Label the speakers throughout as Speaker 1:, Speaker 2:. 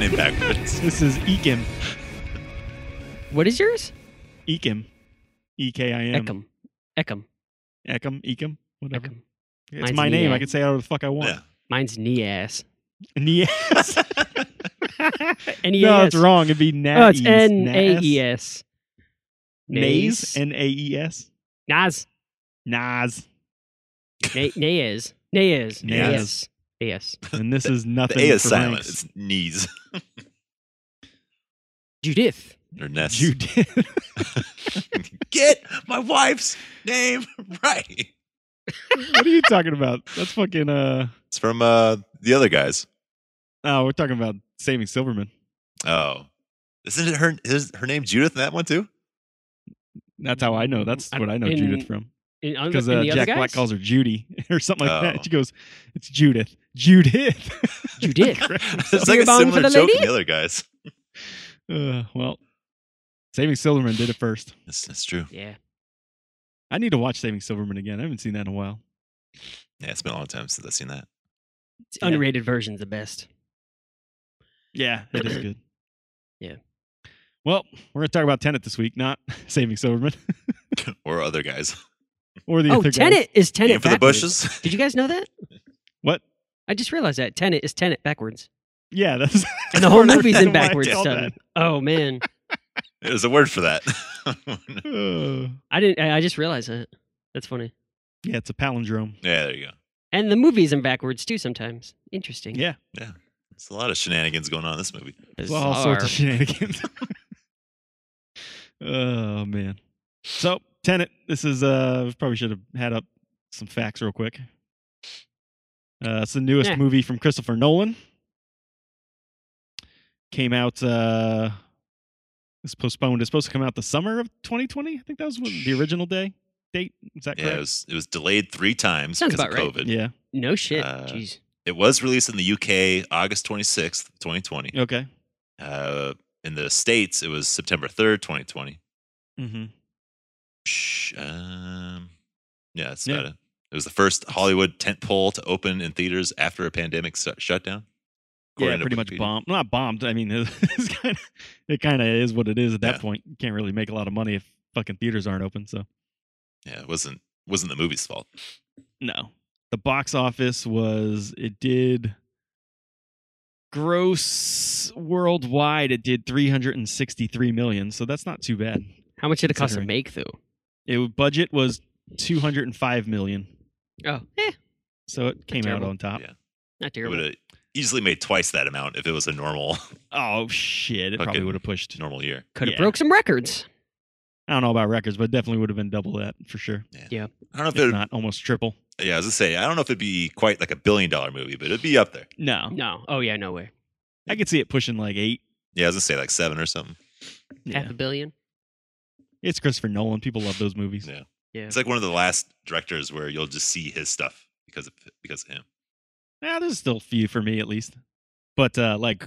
Speaker 1: it backwards.
Speaker 2: This is Ekim.
Speaker 3: What is yours?
Speaker 2: Ekim. E K I M.
Speaker 3: Ekum. Ekum.
Speaker 2: Ekim. Ekim. Whatever.
Speaker 3: Ekum.
Speaker 2: It's
Speaker 3: Mine's
Speaker 2: my name.
Speaker 3: Nia.
Speaker 2: I can say whatever the fuck I want.
Speaker 1: Yeah.
Speaker 3: Mine's E knee ass.
Speaker 2: Yes.
Speaker 3: N-E-A-S.
Speaker 2: no, E it's wrong. It'd be Nas.
Speaker 3: Oh, it's E N A E S.
Speaker 2: Nays. N A E S.
Speaker 3: Nas.
Speaker 2: Nas. E
Speaker 3: Na- Nayez.
Speaker 2: Nayez.
Speaker 3: Nayez. Nayez. Nayez.
Speaker 2: And this is
Speaker 1: The
Speaker 2: nothing.
Speaker 1: A is
Speaker 2: for
Speaker 1: silent.
Speaker 2: ranks.
Speaker 1: It's E knees
Speaker 3: Judith.
Speaker 1: or nests.
Speaker 2: You did.
Speaker 1: Get my wife's name right.
Speaker 2: what are you talking about? That's fucking. uh
Speaker 1: It's from uh, the other guys.
Speaker 2: Oh, we're talking about saving Silverman.
Speaker 1: Oh, isn't it her? Is her name Judith in that one too?
Speaker 2: That's how I know. That's
Speaker 3: I-
Speaker 2: what I know
Speaker 3: in-
Speaker 2: Judith from.
Speaker 3: In, un-
Speaker 2: Because
Speaker 3: in
Speaker 2: uh,
Speaker 3: the other
Speaker 2: Jack
Speaker 3: guys?
Speaker 2: Black calls her Judy or something like
Speaker 1: Oh.
Speaker 2: that. She goes, "It's Judith, Judith,
Speaker 3: Judith.
Speaker 1: It's like
Speaker 3: Beer
Speaker 1: a
Speaker 3: bong
Speaker 1: similar
Speaker 3: for the
Speaker 1: joke in
Speaker 3: lady?
Speaker 1: the other guys.
Speaker 2: uh, well, Saving Silverman did it first.
Speaker 1: That's, that's true.
Speaker 3: Yeah.
Speaker 2: I need to watch Saving Silverman again. I haven't seen that in a while.
Speaker 1: Yeah, it's been a long time since I've seen that.
Speaker 3: It's
Speaker 2: Yeah.
Speaker 3: Unrated version's the best.
Speaker 2: Yeah, it is good.
Speaker 3: Yeah.
Speaker 2: Well, we're gonna talk about Tenet this week, not Saving Silverman
Speaker 1: Or other guys.
Speaker 2: or the
Speaker 3: Oh,
Speaker 2: other guys.
Speaker 3: Tenet is Tenet
Speaker 1: Aim for the
Speaker 3: backwards.
Speaker 1: bushes.
Speaker 3: Did you guys know that?
Speaker 2: What?
Speaker 3: I just realized that Tenet is Tenet backwards,
Speaker 2: Yeah, that's
Speaker 3: and the whole
Speaker 2: that's
Speaker 3: movie's
Speaker 2: why I
Speaker 3: in backwards
Speaker 2: called
Speaker 3: stuff. Oh man,
Speaker 1: There's a word for that.
Speaker 2: that. Uh,
Speaker 3: I didn't. I I just realized that. That's funny.
Speaker 2: yeah, it's a palindrome.
Speaker 1: yeah, there you go.
Speaker 3: And the movie's in backwards too sometimes. Interesting.
Speaker 2: Yeah.
Speaker 1: There's a lot of shenanigans going on in this movie.
Speaker 2: Well, all sorts of shenanigans. oh man. So Tenet, this is uh we probably should have had up some facts real quick. Uh, it's the newest
Speaker 3: Yeah.
Speaker 2: movie from Christopher Nolan. Came out uh it's postponed. It's supposed to come out the summer of 2020. I think that was when- the original day date. Is that
Speaker 1: Yeah, it
Speaker 2: correct?
Speaker 1: was it was delayed three times
Speaker 3: Sounds
Speaker 1: because of
Speaker 3: about
Speaker 1: COVID.
Speaker 3: right.
Speaker 2: Yeah.
Speaker 3: No shit.
Speaker 1: Uh,
Speaker 3: Jeez.
Speaker 1: It was released in the UK August 26th, 2020.
Speaker 2: Okay.
Speaker 1: Uh, in the States, it was September 3rd, 2020.
Speaker 2: Mm-hmm.
Speaker 1: Shh, Um, yeah, that's
Speaker 2: Yeah.
Speaker 1: about it. It was the first Hollywood tentpole to open in theaters after a pandemic su- shutdown.
Speaker 2: Yeah,
Speaker 1: according to
Speaker 2: pretty much
Speaker 1: Wikipedia.
Speaker 2: bombed. Not bombed. I mean, it's kind of it kind of is what it is at that
Speaker 1: Yeah.
Speaker 2: point. You can't really make a lot of money if fucking theaters aren't open. So
Speaker 1: Yeah, it wasn't wasn't the movie's fault.
Speaker 2: no, the box office was it did gross worldwide. It did three hundred and sixty three million. So that's not too bad.
Speaker 3: How much did it cost to
Speaker 2: considering-
Speaker 3: make though?
Speaker 2: It budget was two hundred and five million.
Speaker 3: Oh, eh,
Speaker 2: So it came out
Speaker 3: terrible.
Speaker 2: on top.
Speaker 1: Yeah.
Speaker 3: not
Speaker 1: It
Speaker 3: terrible.
Speaker 1: would have easily made twice that amount if it was a normal
Speaker 2: Oh shit! It probably
Speaker 1: Fucking-
Speaker 2: would have pushed.
Speaker 1: normal year.
Speaker 3: Could have
Speaker 2: yeah.
Speaker 3: broke some records.
Speaker 2: I don't know about records, but definitely would have been double that for sure.
Speaker 1: I don't know if
Speaker 2: If
Speaker 1: it.
Speaker 2: not, almost triple.
Speaker 1: Yeah, I was gonna say I don't know if it'd be quite like a billion dollar movie, but it'd be up there.
Speaker 2: No,
Speaker 3: No. Oh yeah, no way.
Speaker 2: I could see it pushing like eight.
Speaker 1: Yeah, I was gonna say like seven or something.
Speaker 2: Yeah.
Speaker 3: Half a billion.
Speaker 2: It's Christopher Nolan. People love those movies.
Speaker 1: Yeah.
Speaker 3: Yeah.
Speaker 1: It's like one of the last directors where you'll just see his stuff because of because of him.
Speaker 2: Yeah, there's still a few for me at least. But uh like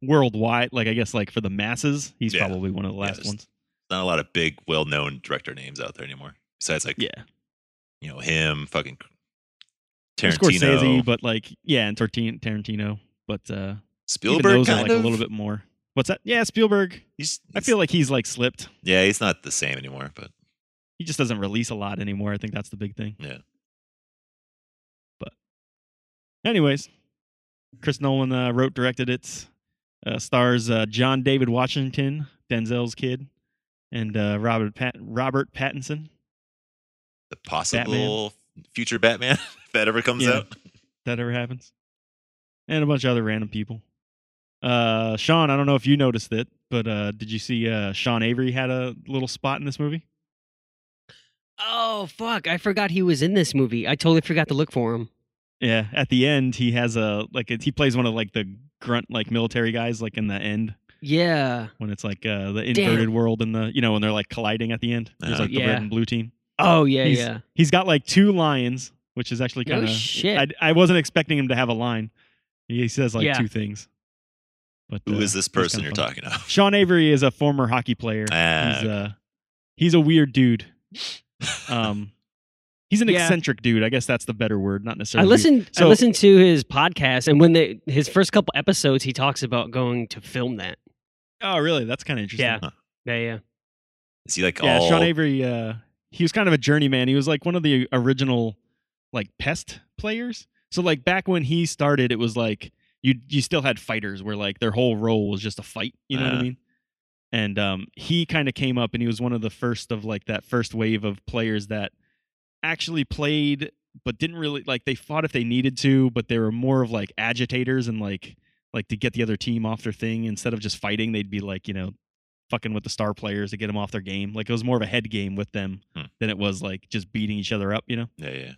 Speaker 2: worldwide, like I guess like for the masses, he's
Speaker 1: Yeah.
Speaker 2: probably one of the
Speaker 1: Yeah,
Speaker 2: last
Speaker 1: there's-
Speaker 2: ones.
Speaker 1: Not a lot of big, well known director names out there anymore. Besides like
Speaker 2: Yeah.
Speaker 1: you know him, fucking
Speaker 2: There's
Speaker 1: Tarantino,
Speaker 2: Scorsese, but like yeah, and Tartin- Tarantino. But uh even
Speaker 1: Spielberg.
Speaker 2: those are
Speaker 1: Kind
Speaker 2: like
Speaker 1: of.
Speaker 2: a little bit more. What's that? Yeah, Spielberg.
Speaker 1: He's,
Speaker 2: I feel like he's like slipped.
Speaker 1: yeah, he's not the same anymore. But
Speaker 2: He just doesn't release a lot anymore. I think that's the big thing.
Speaker 1: Yeah.
Speaker 2: But anyways, Chris Nolan uh, wrote, directed it. Uh, stars uh, John David Washington, Denzel's kid, and uh, Robert Pat- Robert Pattinson.
Speaker 1: the possible future Batman if that ever comes
Speaker 2: Yeah.
Speaker 1: out.
Speaker 2: that ever happens, and a bunch of other random people. Uh, Sean, I don't know if you noticed it, but uh, did you see uh, Sean Avery had a little spot in this movie?
Speaker 3: Oh fuck! I forgot he was in this movie. I totally forgot to look for him.
Speaker 2: Yeah, at the end he has a like it- he plays one of like the grunt like military guys like in the end
Speaker 3: Yeah.
Speaker 2: when it's like uh, the inverted world and the you know when they're like colliding at the end. There's
Speaker 1: Uh-huh.
Speaker 2: like the
Speaker 3: Yeah.
Speaker 2: red and blue team.
Speaker 3: Oh yeah,
Speaker 2: He's
Speaker 3: yeah.
Speaker 2: He's got like two lions, which is actually
Speaker 3: No
Speaker 2: kind of
Speaker 3: shit.
Speaker 2: I I wasn't expecting him to have a line. He says like
Speaker 3: Yeah.
Speaker 2: two things. But
Speaker 1: Who
Speaker 2: uh,
Speaker 1: is this
Speaker 2: kinda
Speaker 1: person you're
Speaker 2: fun.
Speaker 1: talking about?
Speaker 2: Sean Avery is a former hockey player. uh,
Speaker 1: Ah,
Speaker 2: he's
Speaker 1: okay. Ah.
Speaker 2: uh he's a weird dude. Um He's an
Speaker 3: Yeah.
Speaker 2: eccentric dude. I guess that's the better word, not necessarily.
Speaker 3: I listened. I
Speaker 2: So-
Speaker 3: listened to his podcast, and when they his first couple episodes, he talks about going to film that.
Speaker 2: Oh, really? That's kind of interesting.
Speaker 3: Yeah. Yeah, yeah.
Speaker 1: Is he like
Speaker 2: Yeah,
Speaker 1: all?
Speaker 2: Sean Avery. Uh, he was kind of a journeyman. He was like one of the original, like pest players. So like back when he started, it was like you you still had fighters where like their whole role was just a fight. You know what I
Speaker 1: Uh.
Speaker 2: mean? And um, he kind of came up and he was one of the first of like that first wave of players that actually played but didn't really like they fought if they needed to, but they were more of like agitators and like like to get the other team off their thing instead of just fighting they'd be like you know fucking with the star players to get them off their game like it was more of a head game with them
Speaker 1: Hmm.
Speaker 2: than it was like just beating each other up you know
Speaker 1: yeah, yeah.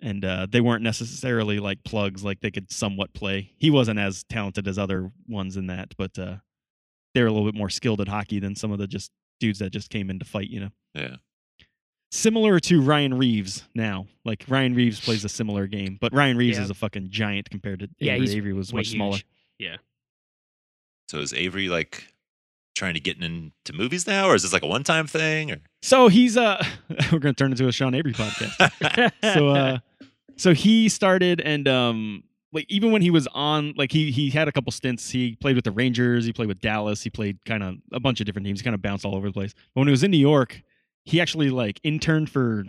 Speaker 2: and uh, they weren't necessarily like plugs like they could somewhat play he wasn't as talented as other ones in that but uh, they were a little bit more skilled at hockey than some of the just dudes that just came in to fight you know
Speaker 1: Yeah.
Speaker 2: similar to ryan reeves now like ryan reeves plays a similar game but ryan reeves
Speaker 3: Yeah.
Speaker 2: is a fucking giant compared to
Speaker 3: Yeah,
Speaker 2: avery
Speaker 3: he's
Speaker 2: avery was
Speaker 3: Way
Speaker 2: much smaller
Speaker 3: huge.
Speaker 1: So is Avery like trying to get in- into movies now, or is this like a one-time thing? Or
Speaker 2: So he's uh we're gonna turn into a Sean Avery podcast. so uh so he started and um like even when he was on like he he had a couple stints. He played with the Rangers, he played with Dallas, he played kind of a bunch of different teams, kind of bounced all over the place. But when he was in New York, he actually like interned for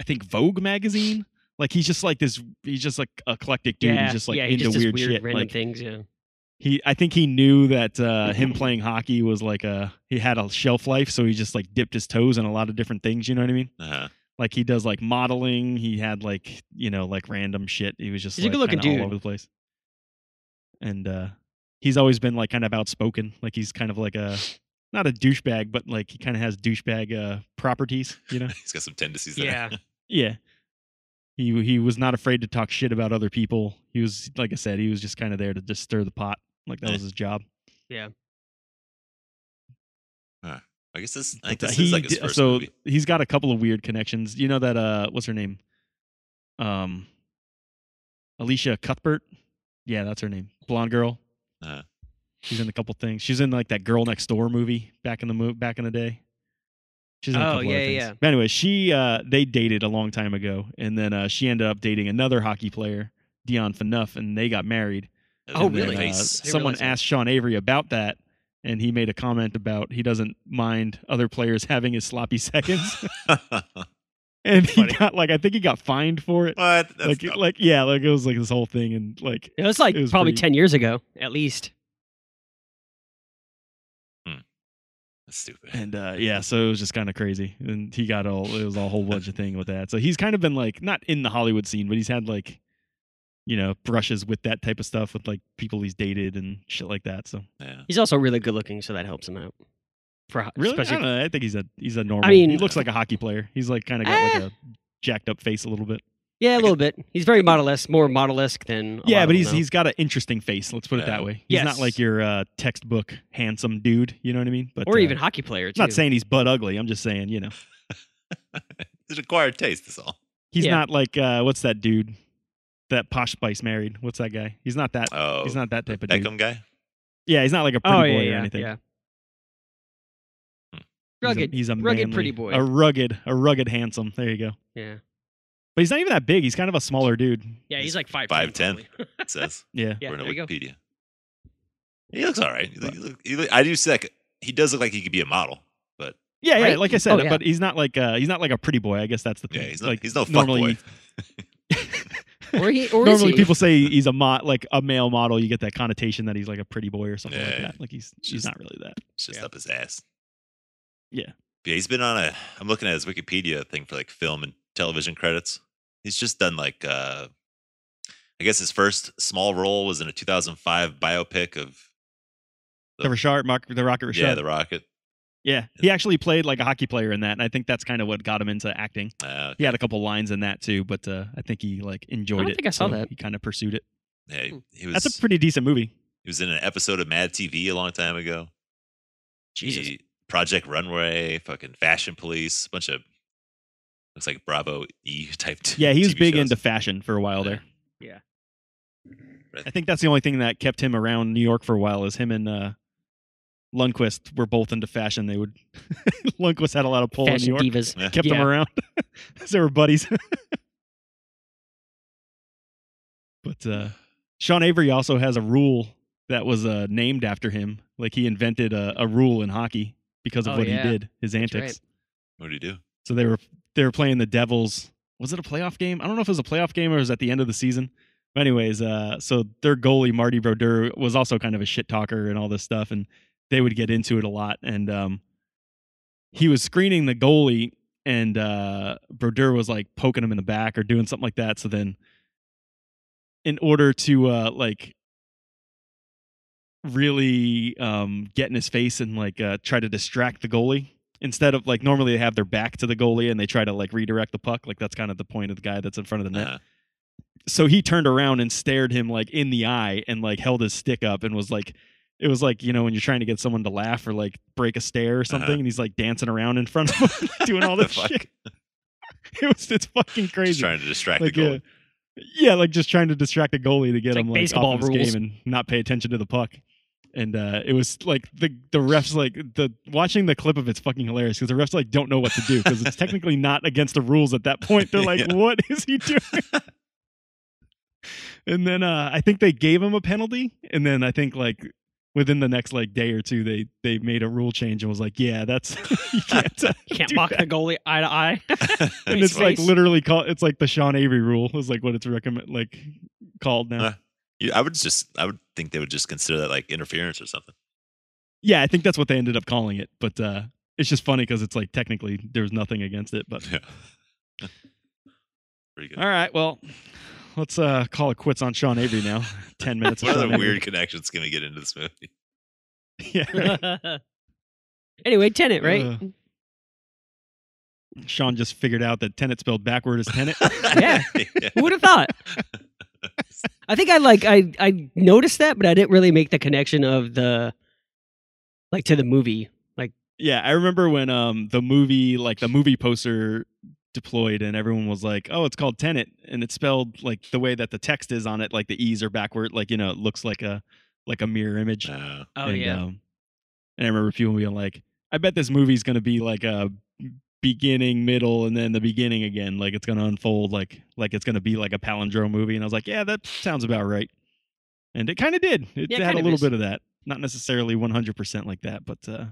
Speaker 2: I think Vogue magazine. Like he's just like this he's just like eclectic dude.
Speaker 3: yeah,
Speaker 2: he's just like
Speaker 3: yeah, he
Speaker 2: into
Speaker 3: just does
Speaker 2: weird, shit.
Speaker 3: random
Speaker 2: like
Speaker 3: things. Yeah,
Speaker 2: he i think he knew that uh him playing hockey was like a he had a shelf life so he just like dipped his toes in a lot of different things you know what i mean
Speaker 1: uh-huh.
Speaker 2: like he does like modeling he had like you know like random shit he was just
Speaker 3: He's a
Speaker 2: like,
Speaker 3: good-looking
Speaker 2: kinda
Speaker 3: dude.
Speaker 2: all over the place and uh he's always been like kind of outspoken like he's kind of like a not a douchebag but like he kind of has douchebag uh properties you know
Speaker 1: he's got some tendencies. There.
Speaker 3: yeah.
Speaker 2: yeah. He he was not afraid to talk shit about other people. He was like I said, he was just kind of there to just stir the pot. Like
Speaker 3: Eh.
Speaker 2: that
Speaker 1: Yeah.
Speaker 2: was his job.
Speaker 1: I guess this. I think
Speaker 2: But, uh,
Speaker 1: this
Speaker 2: he
Speaker 1: is like his
Speaker 2: di-
Speaker 1: first
Speaker 2: so
Speaker 1: movie.
Speaker 2: he's got a couple of weird connections. You know that uh what's her name? Um Alicia Cuthbert? Yeah, that's her name. Blonde girl.
Speaker 1: Uh-huh.
Speaker 2: She's in a couple things. She's in like that Girl Next Door movie back in the mo- back in the day. She's in a
Speaker 3: Oh,
Speaker 2: couple
Speaker 3: yeah,
Speaker 2: other things.
Speaker 3: yeah.
Speaker 2: But anyway, she uh they dated a long time ago and then uh she ended up dating another hockey player, Dion Phaneuf, and they got married.
Speaker 3: Oh,
Speaker 1: And then,
Speaker 3: really?
Speaker 2: And, uh,
Speaker 1: Face.
Speaker 3: They
Speaker 2: someone
Speaker 3: realized that.
Speaker 2: asked Sean Avery about that, and he made a comment about he doesn't mind other players having his sloppy seconds, and he
Speaker 3: Funny.
Speaker 2: got like I think he got fined for it.
Speaker 1: what? Oh, That's
Speaker 2: like,
Speaker 1: dumb.
Speaker 2: like yeah, like it was like this whole thing, and like
Speaker 3: It was like
Speaker 2: It was
Speaker 3: probably
Speaker 2: pretty-
Speaker 3: ten years ago, at least.
Speaker 1: That's stupid.
Speaker 2: and uh yeah, so it was just kind of crazy, and he got all it was a whole bunch of thing with that. So he's kind of been like not in the Hollywood scene, but he's had like you know brushes with that type of stuff with like people he's dated and shit like that. So
Speaker 1: yeah.
Speaker 3: He's also really good looking, so that helps him out. For ho-
Speaker 2: Really? I,
Speaker 3: especially-
Speaker 2: don't know. I Eh. think he's a he's a normal.
Speaker 3: mean-
Speaker 2: he looks like a hockey player. He's like kind of got like a jacked up face a little bit.
Speaker 3: yeah, a little bit. He's very model-esque, more model-esque than. a lot
Speaker 2: yeah,
Speaker 3: of
Speaker 2: but
Speaker 3: them,
Speaker 2: he's
Speaker 3: though.
Speaker 2: he's got an interesting face. Let's put it
Speaker 1: Yeah.
Speaker 2: that way. He's not
Speaker 3: Yes.
Speaker 2: like your uh, textbook handsome dude. You know what I mean? But
Speaker 3: or
Speaker 2: uh,
Speaker 3: even hockey player.
Speaker 2: I'm
Speaker 3: Too.
Speaker 2: not saying he's butt ugly. I'm just saying you know
Speaker 1: It's an acquired taste. That's all.
Speaker 2: he's
Speaker 3: Yeah.
Speaker 2: not like uh, what's that dude that Posh Spice married? What's that guy? He's not that.
Speaker 1: Oh,
Speaker 2: he's not that type of dude.
Speaker 1: Beckham guy.
Speaker 2: Yeah, he's not like a pretty
Speaker 3: Oh
Speaker 2: boy
Speaker 3: yeah,
Speaker 2: or
Speaker 3: yeah,
Speaker 2: anything.
Speaker 3: yeah.
Speaker 1: Hmm.
Speaker 3: Rugged.
Speaker 2: He's a, he's a
Speaker 3: rugged
Speaker 2: manly-
Speaker 3: pretty boy.
Speaker 2: A rugged, a rugged handsome. There you go.
Speaker 3: yeah,
Speaker 2: But he's not even that big. He's kind of a smaller dude.
Speaker 3: yeah. He's like
Speaker 1: 5'10".
Speaker 3: five. probably.
Speaker 1: It says.
Speaker 2: Yeah.
Speaker 3: yeah,
Speaker 1: We're in
Speaker 3: there you go.
Speaker 1: Wikipedia. He looks all right. He look, he look- he look- I do see like he does look like he could be a model, but
Speaker 2: Yeah, yeah.
Speaker 3: Right?
Speaker 2: Like I said,
Speaker 3: Oh, yeah.
Speaker 2: but he's not like uh he's not like a pretty boy. I guess that's the thing.
Speaker 1: yeah, he's not.
Speaker 2: like
Speaker 1: he's no fuck
Speaker 2: normally
Speaker 1: boy.
Speaker 3: Or he, or is
Speaker 2: normally
Speaker 3: he?
Speaker 2: people say he's a mo- like a male model. You get that connotation that he's like a pretty boy or something like
Speaker 1: Yeah.
Speaker 2: that. Like he's he's
Speaker 1: Just-
Speaker 2: not really that.
Speaker 1: It's just
Speaker 2: Yeah.
Speaker 1: up his ass.
Speaker 2: Yeah.
Speaker 1: Yeah, he's been on a. I'm looking at his Wikipedia thing for like film and television credits. He's just done like. uh I guess his first small role was in a 2005 biopic of
Speaker 2: The Richard, Mark, the Rocket Richard.
Speaker 1: yeah, The Rocket.
Speaker 2: yeah. He actually played like a hockey player in that, and I think that's kind of what got him into acting.
Speaker 1: Uh,
Speaker 2: He had a couple lines in that too, but uh, I think he like enjoyed
Speaker 3: I don't
Speaker 2: it.
Speaker 3: think I saw
Speaker 2: so
Speaker 3: that.
Speaker 2: He kind of pursued it.
Speaker 1: yeah, he, he was.
Speaker 2: Hmm. That's a pretty decent movie.
Speaker 1: he was in an episode of Mad TV a long time ago.
Speaker 3: Jesus.
Speaker 1: He- Project Runway, fucking Fashion Police, bunch of looks like Bravo E type. t-
Speaker 2: Yeah, he was
Speaker 1: TV
Speaker 2: big
Speaker 1: shows.
Speaker 2: into fashion for a while there.
Speaker 3: Yeah.
Speaker 2: I think that's the only thing that kept him around New York for a while is him and uh Lundquist were both into fashion. They would Lundquist had a lot of pull in New
Speaker 3: Fashion
Speaker 2: York.
Speaker 3: divas.
Speaker 2: Kept them
Speaker 3: Yeah.
Speaker 2: around. 'Cause they were buddies. but uh Sean Avery also has a rule that was uh named after him. Like he invented a, a rule in hockey because of
Speaker 3: Oh,
Speaker 2: what
Speaker 3: yeah.
Speaker 2: he did, his
Speaker 3: That's
Speaker 2: antics.
Speaker 3: right.
Speaker 1: What do you do?
Speaker 2: So they were they were playing the Devils. Was it a playoff game? I don't know if it was a playoff game or it was at the end of the season. But anyways, uh, so their goalie Marty Brodeur was also kind of a shit talker and all this stuff, and they would get into it a lot. And um, he was screening the goalie, and uh, Brodeur was like poking him in the back or doing something like that. So then, in order to uh, like really um, get in his face and like uh, try to distract the goalie, instead of like normally they have their back to the goalie and they try to like redirect the puck like that's kind of the point of the guy that's in front of the net
Speaker 1: Uh-huh.
Speaker 2: so he turned around and stared him like in the eye and like held his stick up and was like it was like you know when you're trying to get someone to laugh or like break a stare or something
Speaker 1: Uh-huh.
Speaker 2: and he's like dancing around in front of him doing all
Speaker 1: The
Speaker 2: this
Speaker 1: fuck?
Speaker 2: shit it was it's fucking crazy
Speaker 1: Just trying to distract
Speaker 2: like
Speaker 1: the goalie.
Speaker 2: Yeah, yeah, like just trying to distract a goalie to get
Speaker 3: It's like
Speaker 2: him like
Speaker 3: baseball
Speaker 2: off his
Speaker 3: rules.
Speaker 2: game and not pay attention to the puck. And uh, it was like the the refs like the watching the clip of it's fucking hilarious because the refs like don't know what to do because it's technically not against the rules at that point. They're like,
Speaker 1: Yeah.
Speaker 2: what is he doing? and then uh, I think they gave him a penalty, and then I think like within the next like day or two they they made a rule change and was like, yeah, that's you can't uh,
Speaker 3: Can't
Speaker 2: do
Speaker 3: mock
Speaker 2: that."
Speaker 3: the goalie eye to eye.
Speaker 2: and
Speaker 3: His
Speaker 2: it's like
Speaker 3: face.
Speaker 2: literally called. It's like the Sean Avery rule is like what it's recommend like called now.
Speaker 1: Huh. You- I would just, I would think they would just consider that like interference or something.
Speaker 2: Yeah, I think that's what they ended up calling it. But uh, it's just funny because it's like technically there was nothing against it. But
Speaker 1: Yeah. Pretty good.
Speaker 2: all right, well, let's uh, call it quits on Sean Avery now. Ten minutes. of
Speaker 1: What
Speaker 2: Sean
Speaker 1: other
Speaker 2: Avery.
Speaker 1: weird connections can we get into this movie?
Speaker 2: Yeah.
Speaker 3: anyway, Tenet, right?
Speaker 2: Uh, Sean just figured out that tenant spelled backward is tenant.
Speaker 3: Yeah. Who would have thought? I think I like I I noticed that, but I didn't really make the connection of the like to the movie.
Speaker 2: Yeah, I remember when um the movie like the movie poster deployed and everyone was like, "Oh, it's called Tenet," and it's spelled like the way that the text is on it, like the E's are backward, like you know, it looks like a like a mirror image.
Speaker 1: Uh,
Speaker 3: Oh,
Speaker 2: and, um, and I remember people being like, "I bet this movie's gonna be like a beginning, middle, and then the beginning again. Like it's gonna unfold like like it's gonna be like a palindrome movie." And I was like, "Yeah, that sounds about right." And it kind of did. It
Speaker 3: Yeah,
Speaker 2: had
Speaker 3: it
Speaker 2: a
Speaker 3: kind of
Speaker 2: little
Speaker 3: is.
Speaker 2: bit of that, not necessarily one hundred percent like that, but. uh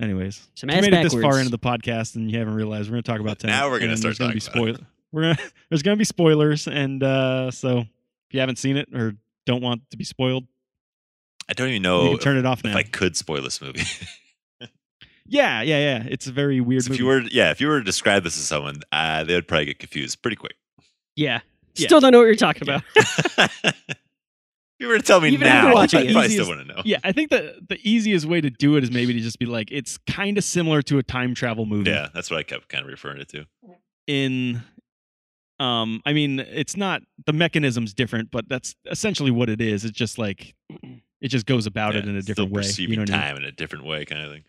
Speaker 2: Anyways,
Speaker 3: Some
Speaker 2: if
Speaker 3: ass
Speaker 2: you made it this far
Speaker 3: backwards.
Speaker 2: into the podcast and you haven't realized we're going to talk about Tenet.
Speaker 1: Now we're gonna
Speaker 2: and
Speaker 1: start
Speaker 2: there's gonna be
Speaker 1: talking about
Speaker 2: spoil- We're gonna, there's going to be spoilers, and uh, so if you haven't seen it or don't want to be spoiled,
Speaker 1: I don't even
Speaker 2: you
Speaker 1: know
Speaker 2: can
Speaker 1: if,
Speaker 2: turn it off now.
Speaker 1: Oh, if I could spoil this movie.
Speaker 2: yeah, yeah, yeah. It's a very weird.
Speaker 1: So
Speaker 2: movie.
Speaker 1: if you were, yeah, if you were to describe this to someone, uh, they would probably get confused pretty quick.
Speaker 3: Yeah.
Speaker 2: Yeah.
Speaker 3: Still don't know what you're talking
Speaker 2: Yeah.
Speaker 3: about.
Speaker 1: if you were to tell me
Speaker 3: Even after
Speaker 1: now, I
Speaker 3: watching
Speaker 1: probably
Speaker 2: it,
Speaker 1: still
Speaker 2: easiest-
Speaker 1: want to know.
Speaker 2: yeah, I think the the easiest way to do it is maybe to just be like, it's kind of similar to a time travel movie.
Speaker 1: Yeah, that's what I kept kind of referring it to.
Speaker 2: in um i mean it's not the mechanism's different but that's essentially what it is it's just like it just goes about it
Speaker 1: Yeah,
Speaker 2: in a
Speaker 1: still
Speaker 2: different way
Speaker 1: perceiving
Speaker 2: you know what I mean?
Speaker 1: time in a different way, kind of thing.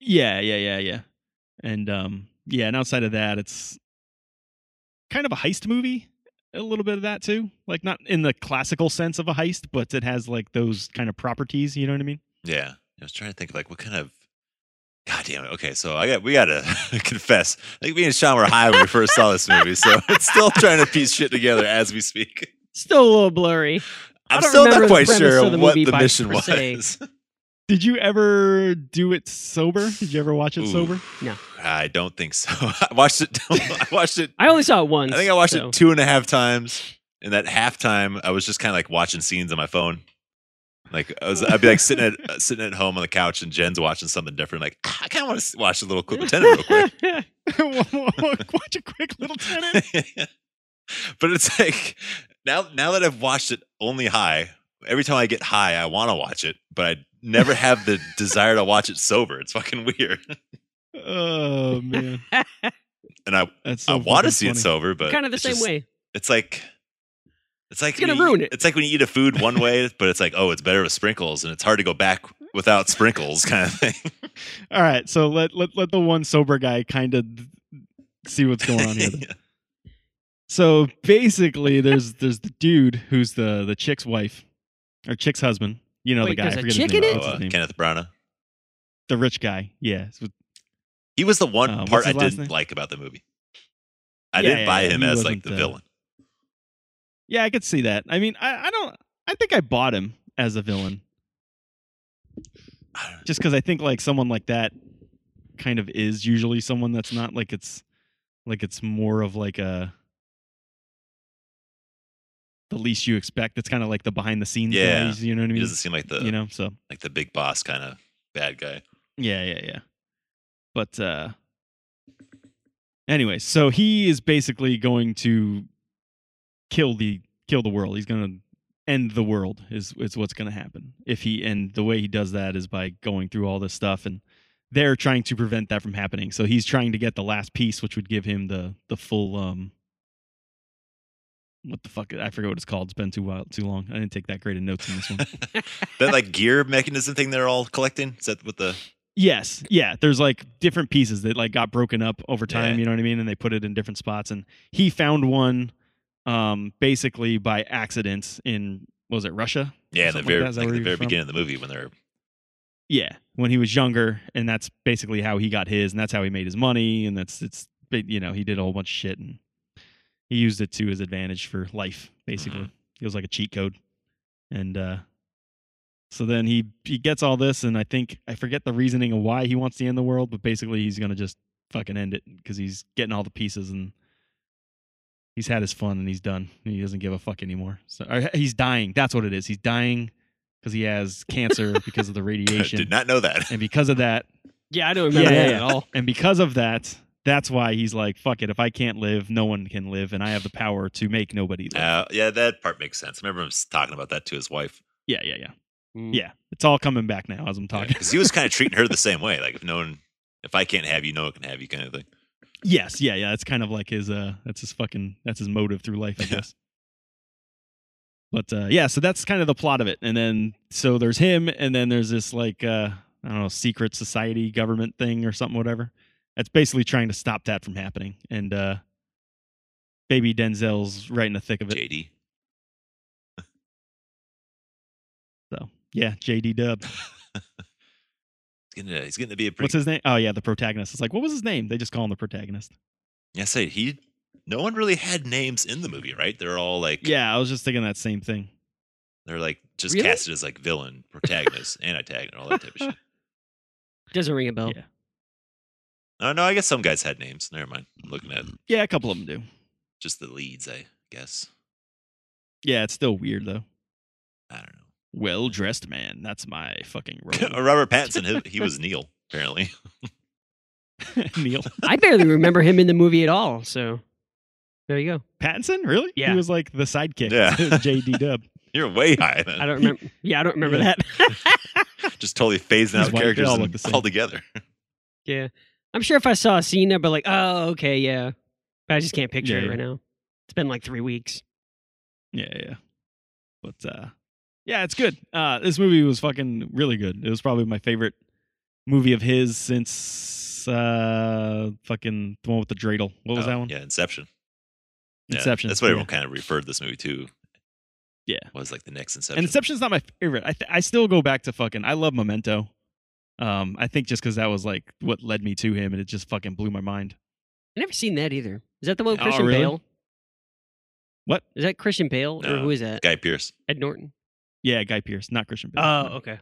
Speaker 2: yeah yeah yeah yeah and um yeah and outside of that it's kind of a heist movie a little bit of that too like not in the classical sense of a heist but it has like those kind of properties you know what i mean
Speaker 1: Yeah, I was trying to think of like what kind of. God damn it. Okay, so I got we gotta confess. I think me and Sean were high when we first saw this movie, so it's still trying to piece shit together as we speak.
Speaker 3: Still a little blurry. I
Speaker 1: I'm
Speaker 3: don't
Speaker 1: still not
Speaker 3: remember the
Speaker 1: quite
Speaker 3: premise
Speaker 1: sure
Speaker 3: of the
Speaker 1: what
Speaker 3: movie
Speaker 1: the
Speaker 3: by-
Speaker 1: mission
Speaker 3: per se.
Speaker 1: was.
Speaker 2: did you ever do it sober did you ever watch it
Speaker 1: Ooh,
Speaker 2: sober
Speaker 3: No.
Speaker 1: I don't think so. I watched it. I watched it.
Speaker 3: I only saw it once.
Speaker 1: I think I watched
Speaker 3: so-
Speaker 1: it two and a half times. And that halftime, I was just kind of like watching scenes on my phone. Like I was, I'd be like sitting at uh, sitting at home on the couch, and Jen's watching something different. Like "Ah, I kind of want to watch a little clip of Tenet real quick.
Speaker 2: watch a quick little tenant
Speaker 1: but it's like now now that I've watched it only high, every time I get high, I want to watch it, but I never have the desire to watch it sober. It's fucking weird.
Speaker 2: Oh man,
Speaker 1: And I
Speaker 2: that's so
Speaker 1: I want
Speaker 2: fucking
Speaker 1: to see it
Speaker 2: funny.
Speaker 1: sober, but
Speaker 3: kind of the
Speaker 1: it's
Speaker 3: same
Speaker 1: just-
Speaker 3: way.
Speaker 1: It's like it's like
Speaker 3: It's
Speaker 1: when
Speaker 3: gonna
Speaker 1: you-
Speaker 3: ruin it.
Speaker 1: It's like when you eat a food one way, but it's like oh, it's better with sprinkles, and it's hard to go back without sprinkles, kind of thing.
Speaker 2: All right, so let let let the one sober guy kind of see what's going on here. then. so basically, there's there's the dude who's the the chick's wife or chick's husband, You know the
Speaker 3: Wait,
Speaker 2: guy.
Speaker 3: there's
Speaker 2: I
Speaker 3: a
Speaker 2: forget his
Speaker 3: chick in
Speaker 2: name.
Speaker 3: it?
Speaker 2: What's
Speaker 1: Oh,
Speaker 2: his
Speaker 1: uh,
Speaker 2: name?
Speaker 1: Kenneth Branagh.
Speaker 2: The rich guy. Yeah. It's with-
Speaker 1: He was the one
Speaker 2: Uh, what's
Speaker 1: part I
Speaker 2: his last
Speaker 1: didn't
Speaker 2: name?
Speaker 1: like about the movie. I
Speaker 2: Yeah,
Speaker 1: didn't
Speaker 2: yeah,
Speaker 1: buy
Speaker 2: yeah,
Speaker 1: him
Speaker 2: he
Speaker 1: as like
Speaker 2: wasn't,
Speaker 1: the
Speaker 2: uh,
Speaker 1: villain.
Speaker 2: Yeah, I could see that. I mean, I, I don't. I think I bought him as a villain
Speaker 1: I don't-
Speaker 2: just because I think like someone like that kind of is usually someone that's not like it's like it's more of like a the least you expect. It's kind of like the behind the scenes
Speaker 1: Yeah.
Speaker 2: guys. You know what I
Speaker 1: He
Speaker 2: mean?
Speaker 1: doesn't seem like the
Speaker 2: You know, so
Speaker 1: like the big boss kind of bad guy.
Speaker 2: Yeah, yeah, yeah. But uh anyway, so he is basically going to kill the kill the world. He's going to end the world is is what's going to happen. If he and the way he does that is by going through all this stuff and they're trying to prevent that from happening. So he's trying to get the last piece which would give him the the full um what the fuck I forget what it's called. It's been too while, too long. I didn't take that great of notes in this one.
Speaker 1: that like gear mechanism thing they're all collecting. Is that what the
Speaker 2: Yes, yeah. There's like different pieces that like got broken up over time.
Speaker 1: Yeah.
Speaker 2: You know what I mean? And they put it in different spots. And he found one, um, basically by accident in what was it Russia?
Speaker 1: yeah in the
Speaker 2: Something like
Speaker 1: very
Speaker 2: that. Is that
Speaker 1: like
Speaker 2: where
Speaker 1: the
Speaker 2: you're
Speaker 1: very
Speaker 2: from?
Speaker 1: beginning of the movie when they're
Speaker 2: Yeah, when he was younger, and that's basically how he got his, and that's how he made his money, and that's it's but, you know he did a whole bunch of shit, and he used it to his advantage for life. Basically, it was like a cheat code, and uh, so then he he gets all this, and I think I forget the reasoning of why he wants to end the world, but basically he's gonna just fucking end it because he's getting all the pieces and. He's had his fun and he's done. He doesn't give a fuck anymore. So or he's dying. That's what it is. He's dying because he has cancer because of the radiation
Speaker 1: did not know that.
Speaker 2: and because of that,
Speaker 3: Yeah, I don't remember
Speaker 2: Yeah,
Speaker 3: that
Speaker 2: yeah.
Speaker 3: at all.
Speaker 2: and because of that, that's why he's like, "Fuck it! If I can't live, no one can live, and I have the power to make nobody live."
Speaker 1: Uh, yeah, that part makes sense. I remember him s- talking about that to his wife
Speaker 2: yeah, yeah, yeah, yeah. It's all coming back now as I'm talking.
Speaker 1: because he was kind of treating her the same way. Like if no one, if I can't have you, no one can have you, kind of thing.
Speaker 2: yes, yeah, yeah. That's kind of like his. Uh, that's his fucking. That's his motive through life, I
Speaker 1: Yeah.
Speaker 2: guess. But uh, yeah, so that's kind of the plot of it, and then so there's him, and then there's this like uh, I don't know, secret society government thing or something, whatever. That's basically trying to stop that from happening, and uh, baby Denzel's right in the thick of it.
Speaker 1: JD,
Speaker 2: So yeah, JD Dub.
Speaker 1: he's gonna he's gonna be a
Speaker 2: What's
Speaker 1: pretty.
Speaker 2: his name? Oh yeah, the protagonist. It's like what was his name? They just call him the protagonist.
Speaker 1: Yeah, I say he. No one really had names in the movie, right? They're all like
Speaker 2: Yeah, I was just thinking that same thing.
Speaker 1: They're like just
Speaker 3: Really?
Speaker 1: casted as like villain, protagonist, antagonist, all that type of shit.
Speaker 3: Doesn't ring a bell.
Speaker 2: Yeah.
Speaker 1: Oh no, I guess some guys had names. Never mind. I'm looking at
Speaker 2: Yeah, a couple of them do.
Speaker 1: just the leads, I guess.
Speaker 2: Yeah, it's still weird though.
Speaker 1: I don't
Speaker 2: Well dressed man, that's my fucking
Speaker 1: know.
Speaker 2: role.
Speaker 1: Robert Pattinson, he, he was Neil apparently.
Speaker 2: Neil
Speaker 3: I barely remember him in the movie at all. So there you go.
Speaker 2: Pattinson, really?
Speaker 3: Yeah.
Speaker 2: he was like the sidekick.
Speaker 1: Yeah.
Speaker 2: to JD Dub.
Speaker 1: You're way high.
Speaker 3: I
Speaker 1: Then.
Speaker 3: don't remember. Yeah, I don't remember
Speaker 2: Yeah.
Speaker 3: that.
Speaker 1: Just totally phasing
Speaker 2: He's
Speaker 1: out
Speaker 2: white, they
Speaker 1: characters
Speaker 2: all
Speaker 1: all,
Speaker 2: look the same.
Speaker 1: altogether.
Speaker 3: yeah, I'm sure if I saw a scene, I'd be like, oh, okay, yeah. But I just can't picture
Speaker 2: Yeah,
Speaker 3: it
Speaker 2: yeah.
Speaker 3: right now. It's been like three weeks.
Speaker 2: Yeah, yeah. But uh yeah, it's good. Uh this movie was fucking really good. It was probably my favorite movie of his since uh fucking the one with the dreidel. What was
Speaker 1: Oh,
Speaker 2: that one?
Speaker 1: Yeah, Inception. Yeah,
Speaker 2: Inception.
Speaker 1: that's what
Speaker 2: Yeah.
Speaker 1: everyone kind of referred this movie to.
Speaker 2: Yeah.
Speaker 1: was like the next Inception.
Speaker 2: And Inception's not my favorite. I th- I still go back to fucking. I love Memento. Um, I think just because that was like what led me to him, and it just fucking blew my mind.
Speaker 3: I never seen that either. Is that the one with
Speaker 2: Oh,
Speaker 3: Christian
Speaker 2: really?
Speaker 3: Bale?
Speaker 2: What?
Speaker 3: Is that Christian Bale or
Speaker 1: No.
Speaker 3: who is that?
Speaker 1: Guy Pierce.
Speaker 3: Ed Norton.
Speaker 2: Yeah, Guy Pierce, not Christian Bale.
Speaker 3: Oh, okay.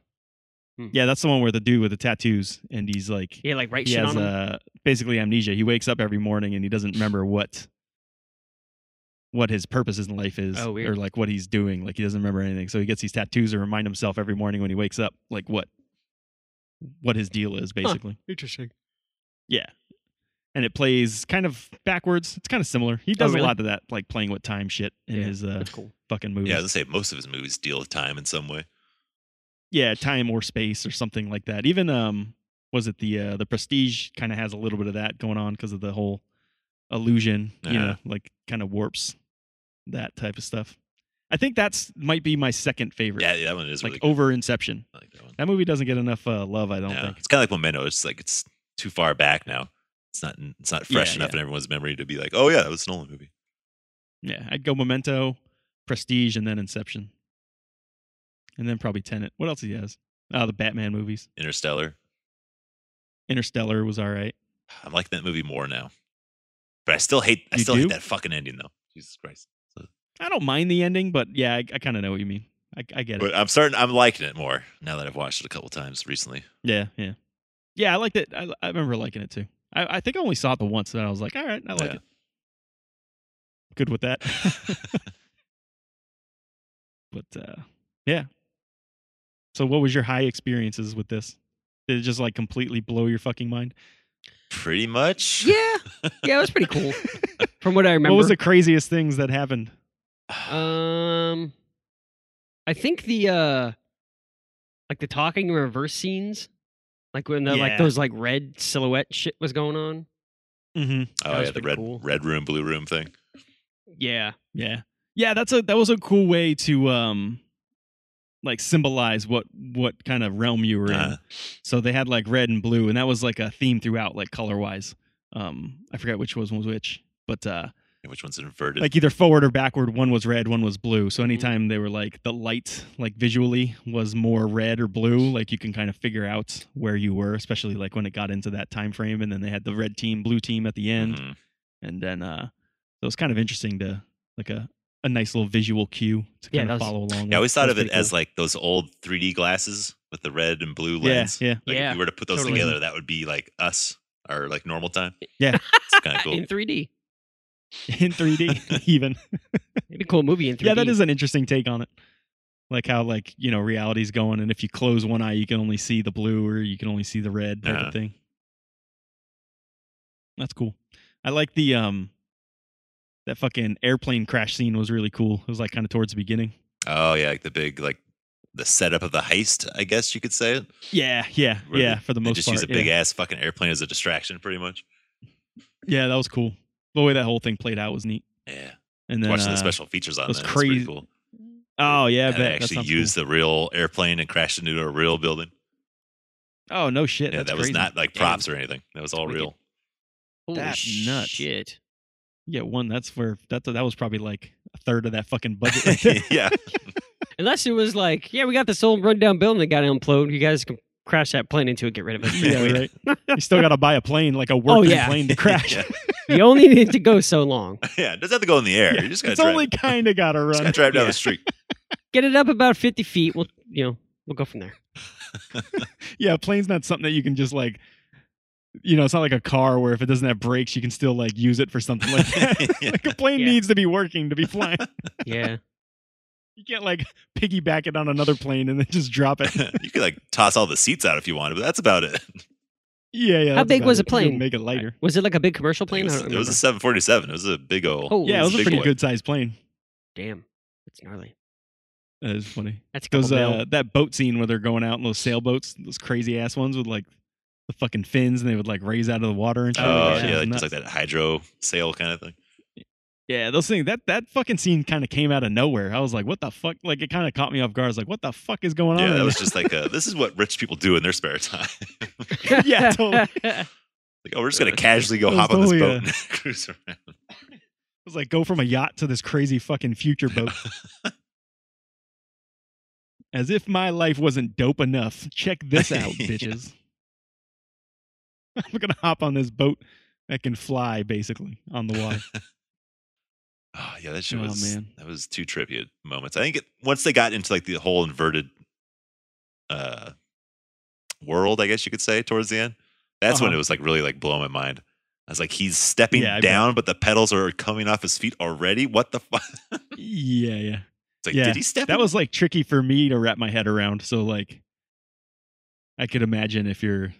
Speaker 2: yeah, that's the one where the dude with the tattoos, and he's like,
Speaker 3: Yeah, like right
Speaker 2: he
Speaker 3: shit
Speaker 2: has
Speaker 3: on him.
Speaker 2: uh, basically amnesia. He wakes up every morning and he doesn't remember what what his purposes in life is,
Speaker 3: Oh, weird.
Speaker 2: or like what he's doing. Like he doesn't remember anything, so he gets these tattoos to remind himself every morning when he wakes up, like what what his deal is, basically.
Speaker 3: Interesting.
Speaker 2: Yeah. And it plays kind of backwards. It's kind of similar. He does
Speaker 3: Oh, really?
Speaker 2: a lot of that, like playing with time shit in
Speaker 3: Yeah.
Speaker 2: his uh,
Speaker 3: That's cool.
Speaker 2: fucking movies.
Speaker 1: Yeah, I was gonna say most of his movies deal with time in some way.
Speaker 2: Yeah, time or space or something like that. Even um, was it the uh, the Prestige kind of has a little bit of that going on because of the whole illusion, you know,
Speaker 1: Uh-huh.
Speaker 2: like kind of warps that type of stuff. I think that's might be my second favorite,
Speaker 1: Yeah, yeah, that one is
Speaker 2: like
Speaker 1: really
Speaker 2: over Inception.
Speaker 1: good. I like that one.
Speaker 2: That movie doesn't get enough uh, love, I don't
Speaker 1: Yeah,
Speaker 2: think.
Speaker 1: It's kind of like Memento. It's like it's too far back now. It's not it's not fresh
Speaker 2: Yeah,
Speaker 1: enough
Speaker 2: yeah.
Speaker 1: in everyone's memory to be like, oh yeah, that was a Nolan movie.
Speaker 2: Yeah, I'd go Memento, Prestige, and then Inception. and then probably Tenet. What else he has? Oh, the Batman movies.
Speaker 1: Interstellar.
Speaker 2: Interstellar was all right.
Speaker 1: I like that movie more now, but I still hate. I
Speaker 2: You
Speaker 1: still
Speaker 2: do?
Speaker 1: hate that fucking ending though. Jesus Christ.
Speaker 2: I don't mind the ending, but yeah, I, I kind of know what you mean. I, I get it.
Speaker 1: But I'm starting. I'm liking it more now that I've watched it a couple times recently.
Speaker 2: yeah, yeah, yeah. I liked it. I, I remember liking it too. I, I think I only saw it the once, and I was like, all right, I like
Speaker 1: Yeah.
Speaker 2: it. Good with that. but uh, yeah. So, what was your high experiences with this? Did it just like completely blow your fucking mind?
Speaker 1: Pretty much.
Speaker 3: Yeah, yeah, it was pretty cool from what I remember.
Speaker 2: What was the craziest things that happened?
Speaker 1: Oh,
Speaker 3: Um, I think the uh, like the talking reverse scenes, like when the
Speaker 2: Yeah.
Speaker 3: like those like red silhouette shit was going on.
Speaker 2: Mm-hmm.
Speaker 3: That
Speaker 1: Oh
Speaker 3: was
Speaker 1: yeah, the
Speaker 3: pretty
Speaker 1: red
Speaker 3: cool.
Speaker 1: red room, blue room thing.
Speaker 3: Yeah,
Speaker 2: Yeah. Yeah, that's a that was a cool way to um like symbolize what what kind of realm you were
Speaker 1: Uh-huh.
Speaker 2: in. So they had like red and blue and that was like a theme throughout like color wise. Um I forget which was was which, but uh
Speaker 1: And Which one's inverted?
Speaker 2: like either forward or backward, one was red, one was blue. So anytime they were like the light like visually was more red or blue, like you can kind of figure out where you were, especially like when it got into that time frame and then they had the red team, blue team at the end
Speaker 1: Mhm.
Speaker 2: and then uh so it's kind of interesting to like a a nice little visual cue to
Speaker 3: Yeah,
Speaker 2: kind
Speaker 3: that
Speaker 2: of
Speaker 3: was-
Speaker 2: follow along.
Speaker 1: Yeah, I always thought of
Speaker 2: That's
Speaker 1: it
Speaker 2: pretty
Speaker 1: as
Speaker 2: cool.
Speaker 1: like those old 3D glasses with the red and blue
Speaker 2: yeah,
Speaker 1: lens.
Speaker 2: yeah,
Speaker 1: Like
Speaker 3: Yeah,
Speaker 1: if you were to put those
Speaker 3: totally.
Speaker 1: together, that would be like us or like normal time.
Speaker 2: Yeah.
Speaker 1: It's kind of cool.
Speaker 3: in 3D.
Speaker 2: in 3D even.
Speaker 3: It'd be a cool movie in 3D.
Speaker 2: yeah, that is an interesting take on it. Like how like you know reality's going, and if you close one eye, you can only see the blue or you can only see the red type
Speaker 1: Uh-huh.
Speaker 2: of thing. That's cool. I like the um that fucking airplane crash scene was really cool. It was like kind of towards the beginning.
Speaker 1: Oh yeah, like the big like the setup of the heist, I guess you could say it.
Speaker 2: Yeah, yeah,
Speaker 1: Where
Speaker 2: yeah. For the
Speaker 1: They
Speaker 2: most
Speaker 1: just
Speaker 2: part,
Speaker 1: use a
Speaker 2: yeah.
Speaker 1: big ass fucking airplane as a distraction, pretty much.
Speaker 2: Yeah, that was cool. The way that whole thing played out was neat.
Speaker 1: Yeah,
Speaker 2: And then
Speaker 1: watching
Speaker 2: uh,
Speaker 1: the special features on
Speaker 2: those
Speaker 1: that, that's pretty
Speaker 2: crazy-
Speaker 1: cool.
Speaker 2: Oh yeah,
Speaker 1: How
Speaker 2: I bet.
Speaker 1: they
Speaker 2: That
Speaker 1: actually
Speaker 2: sounds
Speaker 1: used the real airplane and crashed into a real building.
Speaker 2: cool. Oh no shit.
Speaker 1: Yeah,
Speaker 2: that's
Speaker 1: that
Speaker 2: crazy.
Speaker 1: was not like
Speaker 3: Damn.
Speaker 1: props or anything. That was all
Speaker 3: Wicked.
Speaker 1: real.
Speaker 3: Holy
Speaker 2: That's nuts.
Speaker 3: Shit.
Speaker 2: Yeah, one. That's for that. That was probably like a third of that fucking budget. right there.
Speaker 1: yeah,
Speaker 3: Unless it was like, yeah, we got this old rundown building that got imploded. You guys can crash that plane into it, get rid of it.
Speaker 2: yeah, right. You still got to buy a plane, like a working
Speaker 3: yeah.
Speaker 2: plane to crash.
Speaker 1: Oh, yeah.
Speaker 3: You only need to go so long.
Speaker 1: yeah. It doesn't have to go in the air.
Speaker 2: Yeah,
Speaker 1: You just gotta
Speaker 2: it's
Speaker 1: drive,
Speaker 2: only kind of got to
Speaker 1: just
Speaker 2: run.
Speaker 1: gotta drive down
Speaker 3: Yeah.
Speaker 1: the street.
Speaker 3: Get it up about 50 feet. We'll, you know, we'll go from there.
Speaker 2: yeah, a plane's not something that you can just like. You know, it's not like a car where if it doesn't have brakes, you can still like use it for something like that.
Speaker 1: Yeah.
Speaker 2: like a plane
Speaker 3: Yeah.
Speaker 2: needs to be working to be flying.
Speaker 3: Yeah.
Speaker 2: You can't like piggyback it on another plane and then just drop it.
Speaker 1: you could like toss all the seats out if you wanted, but that's about it.
Speaker 2: Yeah, yeah.
Speaker 3: How
Speaker 2: that's
Speaker 3: big
Speaker 2: about
Speaker 3: was
Speaker 2: it.
Speaker 3: the plane?
Speaker 2: You Make it lighter.
Speaker 3: Was it like a big commercial plane?
Speaker 1: It
Speaker 3: I
Speaker 1: was,
Speaker 3: don't
Speaker 1: it was
Speaker 3: remember.
Speaker 1: a 747. It was a big old.
Speaker 3: Oh,
Speaker 2: Yeah, it was a
Speaker 1: big
Speaker 2: pretty
Speaker 1: boy.
Speaker 2: good sized plane.
Speaker 3: Damn. That's gnarly.
Speaker 2: That is funny.
Speaker 3: That's a couple
Speaker 2: Those uh,
Speaker 3: mil.
Speaker 2: that boat scene where they're going out in those sailboats, those crazy ass ones with like the fucking fins, and they would like raise out of the water and shit.
Speaker 1: Oh
Speaker 2: That shit
Speaker 1: yeah,
Speaker 2: was
Speaker 1: like,
Speaker 2: nuts.
Speaker 1: just like that hydro sail kind of thing.
Speaker 2: yeah, those things. That that fucking scene kind of came out of nowhere. I was like, what the fuck? Like it kind of caught me off guard. I was like, what the fuck is going on?
Speaker 1: Yeah, that
Speaker 2: right
Speaker 1: was just like uh this is what rich people do in their spare time. like,
Speaker 2: uh, yeah,
Speaker 3: Mhm.
Speaker 2: totally.
Speaker 1: oh, we're just gonna casually go
Speaker 2: It was
Speaker 1: hop on this
Speaker 2: totally,
Speaker 1: boat and cruise around.
Speaker 2: It was like go from a yacht to this crazy fucking future boat. As if my life wasn't dope enough. Check this out,
Speaker 1: Yeah.
Speaker 2: bitches. I'm gonna hop on this boat that can fly, basically, on the water.
Speaker 1: Oh yeah, that shit
Speaker 2: Oh,
Speaker 1: was
Speaker 2: man.
Speaker 1: that was two trivia moments. I think it, once they got into like the whole inverted uh world, I guess you could say, towards the end, that's when
Speaker 2: Uh-huh.
Speaker 1: it was like really like blowing my mind. I was like, he's stepping
Speaker 2: Yeah, I bet.
Speaker 1: down, but the pedals are coming off his feet already. What the fuck?
Speaker 2: yeah, yeah.
Speaker 1: It's like,
Speaker 2: Yeah,
Speaker 1: did he step?
Speaker 2: That
Speaker 1: in?
Speaker 2: was like tricky for me to wrap my head around. So like, I could imagine if you're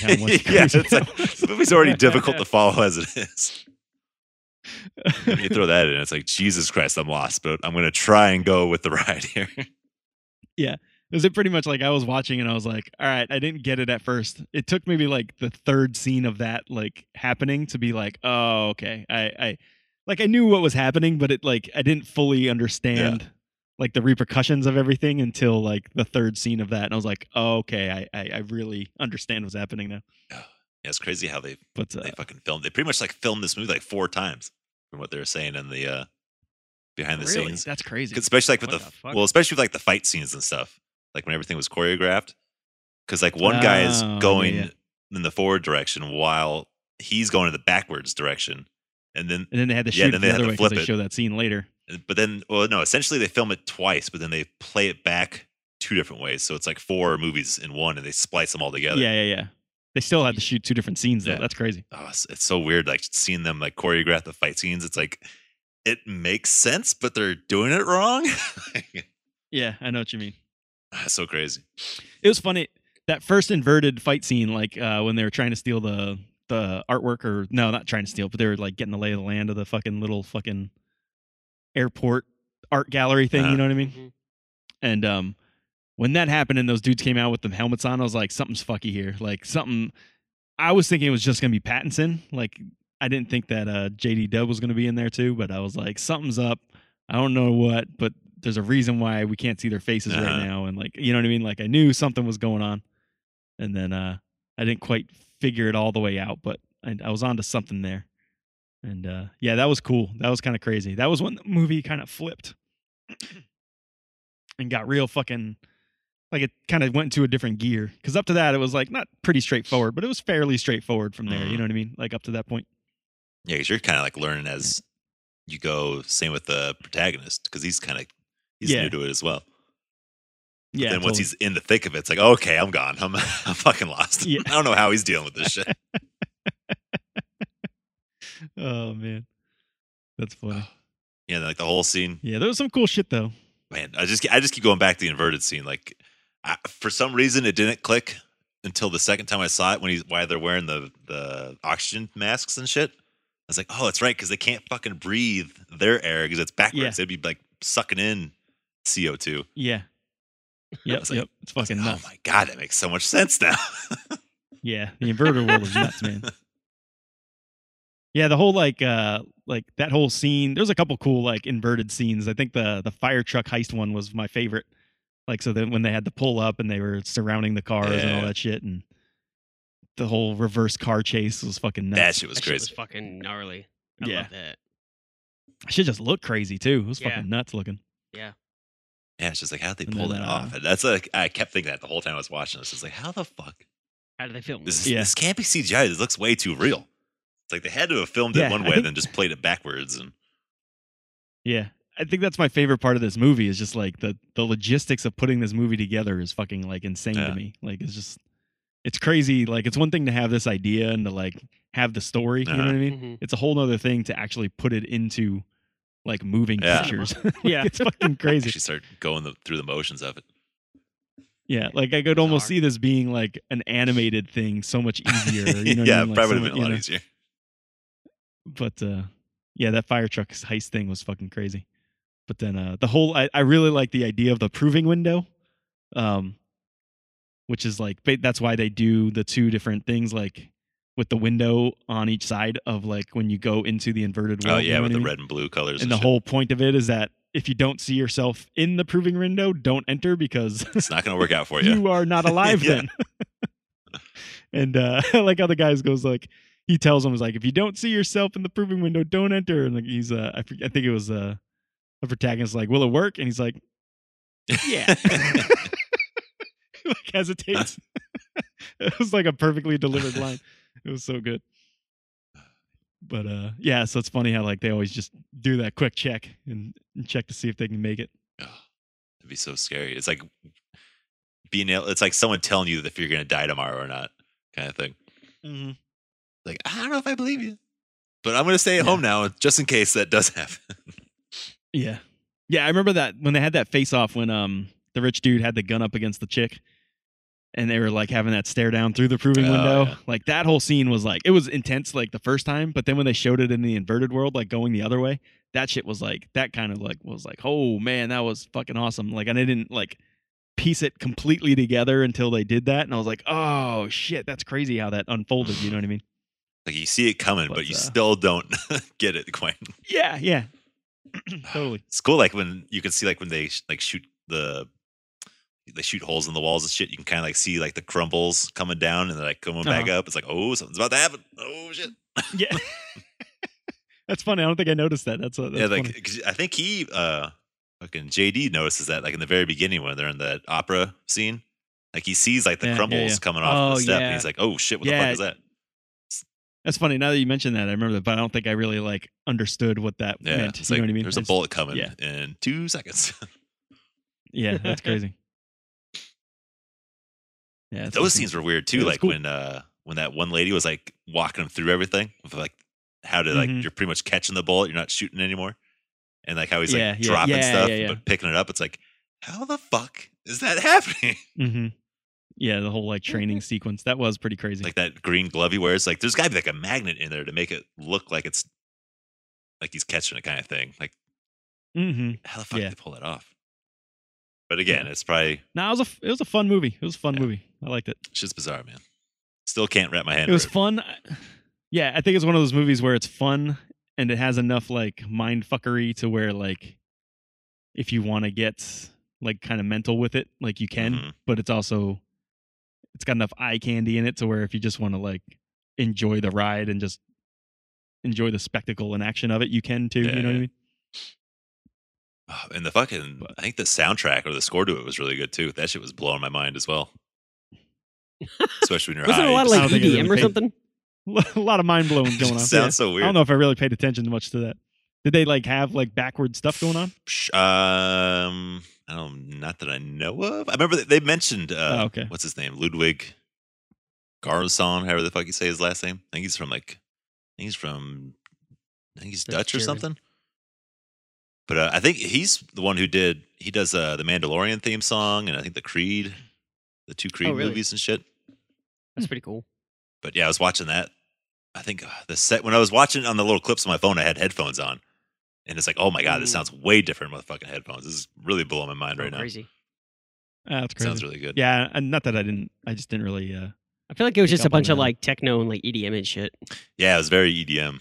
Speaker 2: how much.
Speaker 1: yeah,
Speaker 2: crazy
Speaker 1: it's
Speaker 2: that
Speaker 1: like,
Speaker 2: was.
Speaker 1: the movie's already difficult to follow as it is. You throw that in, it's like Jesus Christ, I'm lost, but I'm gonna try and go with the ride here.
Speaker 2: It was pretty much like I was watching and I was like, all right, I didn't get it at first. It took maybe like the third scene of that like happening to be like, oh, okay. I, I like I knew what was happening, but it like I didn't fully understand like the repercussions of everything until like the third scene of that. And I was like, oh, okay, I, I, I really understand what's happening now.
Speaker 1: Yeah, it's crazy how they
Speaker 2: But uh,
Speaker 1: they fucking filmed. They pretty much like filmed this movie like four times from what they were saying in the uh behind the
Speaker 2: Really?
Speaker 1: scenes,
Speaker 2: That's crazy.
Speaker 1: 'Cause especially like with
Speaker 2: What
Speaker 1: the,
Speaker 2: the fuck?
Speaker 1: well, especially with like the fight scenes and stuff, like when everything was choreographed. Because like one guy is
Speaker 2: Oh,
Speaker 1: going
Speaker 2: yeah.
Speaker 1: in the forward direction while he's going in the backwards direction, and then
Speaker 2: And then they had to shoot
Speaker 1: Yeah,
Speaker 2: it
Speaker 1: then
Speaker 2: the
Speaker 1: they had
Speaker 2: other
Speaker 1: to
Speaker 2: way because
Speaker 1: flip
Speaker 2: they
Speaker 1: it.
Speaker 2: show that scene later.
Speaker 1: but then well no essentially they film it twice but then they play it back two different ways so it's like four movies in one and they splice them all together
Speaker 2: Yeah, yeah, yeah. They still had to shoot two different scenes though.
Speaker 1: Yeah.
Speaker 2: That's crazy.
Speaker 1: oh, it's, it's so weird like seeing them like choreograph the fight scenes it's like it makes sense but they're doing it wrong
Speaker 2: Yeah, I know what you mean.
Speaker 1: that's so crazy
Speaker 2: It was funny that first inverted fight scene, like uh, when they were trying to steal the the artwork, or no, not trying to steal, but they were like getting the lay of the land of the fucking little fucking airport art gallery thing.
Speaker 1: Uh-huh.
Speaker 2: You know what I mean? And um, when that happened and those dudes came out with the helmets on, I was like, something's fucky here. Like something. I was thinking it was just gonna be Pattinson. Like I didn't think that uh, JD Dub was gonna be in there too, but I was like, something's up. I don't know what, but there's a reason why we can't see their faces
Speaker 1: Uh-huh.
Speaker 2: right now. And like, you know what I mean? Like I knew something was going on, and then uh, I didn't quite figure it all the way out, but I, I was onto something there. And uh, yeah, that was cool. That was kind of crazy. That was when the movie kind of flipped and got real fucking like it kind of went into a different gear. Because up to that, it was like not pretty straightforward, but it was fairly straightforward from there. You
Speaker 1: Mhm.
Speaker 2: know what I mean? Like up to that point.
Speaker 1: yeah because you're kind of like learning as you go same with the protagonist because he's kind of he's
Speaker 2: Yeah.
Speaker 1: new to it as well
Speaker 2: Yeah.
Speaker 1: then once
Speaker 2: totally.
Speaker 1: he's in the thick of it it's like okay i'm gone i'm, I'm fucking lost
Speaker 2: Yeah.
Speaker 1: i don't know how he's dealing with this shit
Speaker 2: oh man, that's funny.
Speaker 1: yeah like the whole scene
Speaker 2: Yeah, there was some cool shit though.
Speaker 1: man i just i just keep going back to the inverted scene like I, for some reason it didn't click until the second time i saw it when he's why they're wearing the the oxygen masks and shit i was like oh that's right because they can't fucking breathe their air because it's backwards
Speaker 2: Yeah.
Speaker 1: they'd be like sucking in co2
Speaker 2: Yeah. Yep.
Speaker 1: was like-
Speaker 2: yep. It's fucking
Speaker 1: oh
Speaker 2: nuts.
Speaker 1: my god that makes so much sense now
Speaker 2: Yeah, the inverter world is nuts, man. Yeah, the whole like uh like that whole scene. There's a couple cool like inverted scenes. I think the the fire truck heist one was my favorite. Like so then when they had to pull up and they were surrounding the cars and all
Speaker 1: Yeah.
Speaker 2: that shit and the whole reverse car chase was fucking nuts.
Speaker 1: that shit was
Speaker 3: That shit was
Speaker 1: crazy
Speaker 3: fucking gnarly. I
Speaker 2: Yeah.
Speaker 3: love that.
Speaker 2: shit just looked crazy too. It was
Speaker 3: Yeah.
Speaker 2: fucking nuts looking.
Speaker 1: yeah it's just like how did they
Speaker 2: And
Speaker 1: pull
Speaker 2: then,
Speaker 1: that
Speaker 2: uh,
Speaker 1: off and that's like i kept thinking that the whole time i was watching this it's like how the fuck
Speaker 3: How do they film
Speaker 1: this,
Speaker 3: this?
Speaker 1: is,
Speaker 2: Yeah.
Speaker 1: this can't be cgi this looks way too real it's like they had to have filmed
Speaker 2: Yeah,
Speaker 1: it one
Speaker 2: I
Speaker 1: way
Speaker 2: think-
Speaker 1: and then just played it backwards and
Speaker 2: Yeah. I think that's my favorite part of this movie is just like the the logistics of putting this movie together is fucking like insane to
Speaker 1: Yeah.
Speaker 2: me. Like it's just it's crazy. Like it's one thing to have this idea and to like have the story. You know
Speaker 1: Uh-huh.
Speaker 2: what I mean?
Speaker 3: Mhm.
Speaker 2: It's a whole nother thing to actually put it into like moving
Speaker 1: Yeah.
Speaker 2: pictures.
Speaker 3: Yeah.
Speaker 2: it's fucking crazy.
Speaker 1: actually start going the, through the motions of it.
Speaker 2: Yeah, like I could
Speaker 3: It's
Speaker 2: almost
Speaker 3: hard.
Speaker 2: see this being like an animated thing, so much easier. You know what I
Speaker 1: yeah,
Speaker 2: mean?
Speaker 1: probably
Speaker 2: Like, so
Speaker 1: would have
Speaker 2: much-
Speaker 1: been a
Speaker 2: you
Speaker 1: lot
Speaker 2: know.
Speaker 1: easier.
Speaker 2: but uh yeah that fire truck heist thing was fucking crazy but then uh the whole i, I really like the idea of the proving window um which is like ba- that's why they do the two different things like with the window on each side of like when you go into the inverted world
Speaker 1: Oh
Speaker 2: you
Speaker 1: yeah,
Speaker 2: know
Speaker 1: with
Speaker 2: what I
Speaker 1: the
Speaker 2: mean?
Speaker 1: red and blue colors and,
Speaker 2: and the
Speaker 1: shit.
Speaker 2: whole point of it is that if you don't see yourself in the proving window don't enter because
Speaker 1: It's not going to work out for you.
Speaker 2: you are not alive
Speaker 1: Yeah.
Speaker 2: then. and uh, I like how the guys goes like he tells him he's like if you don't see yourself in the proving window, don't enter. And like he's uh, I, forget, I think it was uh, a protagonist like will it work? And he's like
Speaker 1: yeah,
Speaker 2: like hesitates. it was like a perfectly delivered line. It was so good. But uh, yeah, so it's funny how like they always just do that quick check and, and check to see if they can make it.
Speaker 1: it'd be so scary. It's like being able. It's like someone telling you if you're going to die tomorrow or not, kind of thing.
Speaker 2: Mm-hmm.
Speaker 1: Like I don't know if I believe you, but I'm going to stay at
Speaker 2: Yeah.
Speaker 1: home now just in case that does happen.
Speaker 2: Yeah. Yeah, I remember that when they had that face off when um the rich dude had the gun up against the chick and they were like having that stare down through the proving
Speaker 1: Oh,
Speaker 2: window.
Speaker 1: yeah.
Speaker 2: Like that whole scene was like it was intense like the first time, but then when they showed it in the inverted world like going the other way, that shit was like that kind of like was like, "Oh man, that was fucking awesome." Like and I didn't like piece it completely together until they did that and I was like, "Oh shit, that's crazy how that unfolded." You know what I mean?
Speaker 1: like you see it coming, but,
Speaker 2: But,
Speaker 1: you
Speaker 2: uh,
Speaker 1: still don't get it quite.
Speaker 2: Yeah, yeah. totally.
Speaker 1: It's cool. Like when you can see like when they sh- like shoot the. They shoot holes in the walls and shit. You can kind of like see like the crumbles coming
Speaker 2: Uh-huh.
Speaker 1: down and they're like coming back up. It's like, oh, something's about to happen. Oh shit!
Speaker 2: Yeah. That's funny. I don't think I noticed that. That's, uh, that's
Speaker 1: yeah, like
Speaker 2: funny.
Speaker 1: 'cause I think he, uh, fucking JD notices that like in the very beginning when they're in that opera scene, like he sees like the
Speaker 2: Yeah, yeah,
Speaker 1: crumbles
Speaker 2: yeah.
Speaker 1: coming off
Speaker 3: Oh,
Speaker 1: the step,
Speaker 3: yeah.
Speaker 1: and he's like, "Oh shit, what the
Speaker 2: Yeah.
Speaker 1: fuck is that?"
Speaker 2: that's funny. Now that you mentioned that, I remember that, but I don't think I really like understood what that
Speaker 1: Yeah,
Speaker 2: meant.
Speaker 1: it's
Speaker 2: you
Speaker 1: like
Speaker 2: know what I mean?
Speaker 1: there's a
Speaker 2: It's-
Speaker 1: bullet coming
Speaker 2: yeah.
Speaker 1: in two seconds.
Speaker 2: Yeah, that's crazy. Yeah, it's
Speaker 1: Those
Speaker 2: awesome.
Speaker 1: scenes were weird
Speaker 2: It
Speaker 1: too,
Speaker 2: was
Speaker 1: like
Speaker 2: cool.
Speaker 1: when uh when that one lady was like walking him through everything, with, like how to like
Speaker 2: Mhm.
Speaker 1: you're pretty much catching the bullet, you're not shooting anymore, and like how he's like
Speaker 2: Yeah, yeah,
Speaker 1: dropping
Speaker 2: yeah,
Speaker 1: stuff
Speaker 2: yeah, yeah.
Speaker 1: but picking it up. It's like how the fuck is that happening?
Speaker 2: hmm Yeah, the whole like training sequence that was pretty crazy.
Speaker 1: like that green glove he wears. Like there's got to be like a magnet in there to make it look like it's like he's catching it kind of thing. Like
Speaker 2: mm-hmm.
Speaker 1: how the fuck
Speaker 2: Yeah.
Speaker 1: did they pull that off? But again, it's probably
Speaker 2: No, it was a f- it was a fun movie. It was a fun
Speaker 1: Yeah.
Speaker 2: movie. I liked it.
Speaker 1: shit's bizarre, man. Still can't wrap my hand.
Speaker 2: It was
Speaker 1: around
Speaker 2: fun. I- Yeah, I think it's one of those movies where it's fun and it has enough like mind fuckery to where like if you want to get like kind of mental with it, like you can,
Speaker 1: Mhm.
Speaker 2: but it's also it's got enough eye candy in it to where if you just want to like enjoy the ride and just enjoy the spectacle and action of it, you can too.
Speaker 1: Yeah,
Speaker 2: you know what I
Speaker 1: yeah.
Speaker 2: mean?
Speaker 1: Oh, and the fucking I think the soundtrack or the score to it was really good too. That shit was blowing my mind as well. Especially when you're
Speaker 3: Wasn't
Speaker 1: high.
Speaker 3: a lot of
Speaker 1: you
Speaker 2: I
Speaker 3: like
Speaker 2: don't think it
Speaker 3: EDM or
Speaker 2: really paid-
Speaker 3: something?
Speaker 2: a lot of mind blowing
Speaker 1: just-
Speaker 2: going on.
Speaker 1: Sounds
Speaker 2: Yeah.
Speaker 1: so
Speaker 2: I
Speaker 1: weird.
Speaker 2: don't know if I really paid attention much to that. Did they like have like backward stuff going on?
Speaker 1: Psh, Um, I don't. Not that I know of. I remember that they mentioned. Uh,
Speaker 2: Oh, okay.
Speaker 1: What's his name? Ludwig Garson, however the fuck you say his last name. I think he's from like. I think he's from. I think he's
Speaker 3: That's
Speaker 1: Dutch or
Speaker 3: German.
Speaker 1: something. But uh, I think he's the one who did. He does uh, the Mandalorian theme song, and I think the Creed, the two Creed
Speaker 3: really?
Speaker 1: movies and shit.
Speaker 3: That's pretty cool.
Speaker 1: But yeah, I was watching that. I think uh, the set when I was watching it on the little clips on my phone, I had headphones on, and it's like, oh my god, this
Speaker 3: Ooh.
Speaker 1: sounds way different with fucking headphones. This is really blowing my mind
Speaker 3: Oh,
Speaker 1: right now.
Speaker 3: crazy.
Speaker 2: Ah, that's crazy.
Speaker 1: Sounds really good.
Speaker 2: yeah, and not that I didn't. I just didn't really. uh
Speaker 3: I feel like it was
Speaker 2: Pick
Speaker 3: just a
Speaker 2: up on
Speaker 3: bunch of
Speaker 2: that.
Speaker 3: like techno and like EDM and shit.
Speaker 1: yeah, it was very EDM,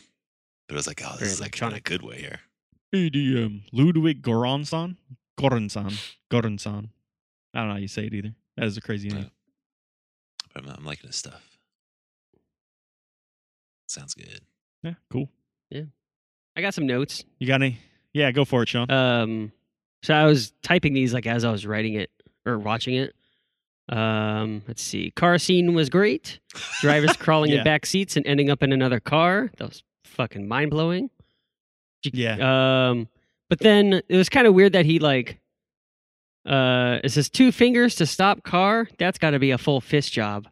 Speaker 1: but it was like, oh, this
Speaker 3: Very
Speaker 1: is like in a
Speaker 3: electronic.
Speaker 1: good way here.
Speaker 2: EDM Ludwig Goransson, Goransson, Goransson. I don't know how you say it either. That is a crazy name.
Speaker 1: But I'm, I'm liking this stuff. Sounds good.
Speaker 2: Yeah, cool.
Speaker 3: I got some notes.
Speaker 2: You got any? Yeah, go for it, Sean.
Speaker 3: Um, so I was typing these like as I was writing it or watching it. Um, let's see. Car scene was great. Drivers crawling
Speaker 2: Yeah.
Speaker 3: in back seats and ending up in another car. That was fucking mind blowing.
Speaker 2: yeah,
Speaker 3: Um, but then it was kind of weird that he like, uh, it says two fingers to stop car. That's got to be a full fist job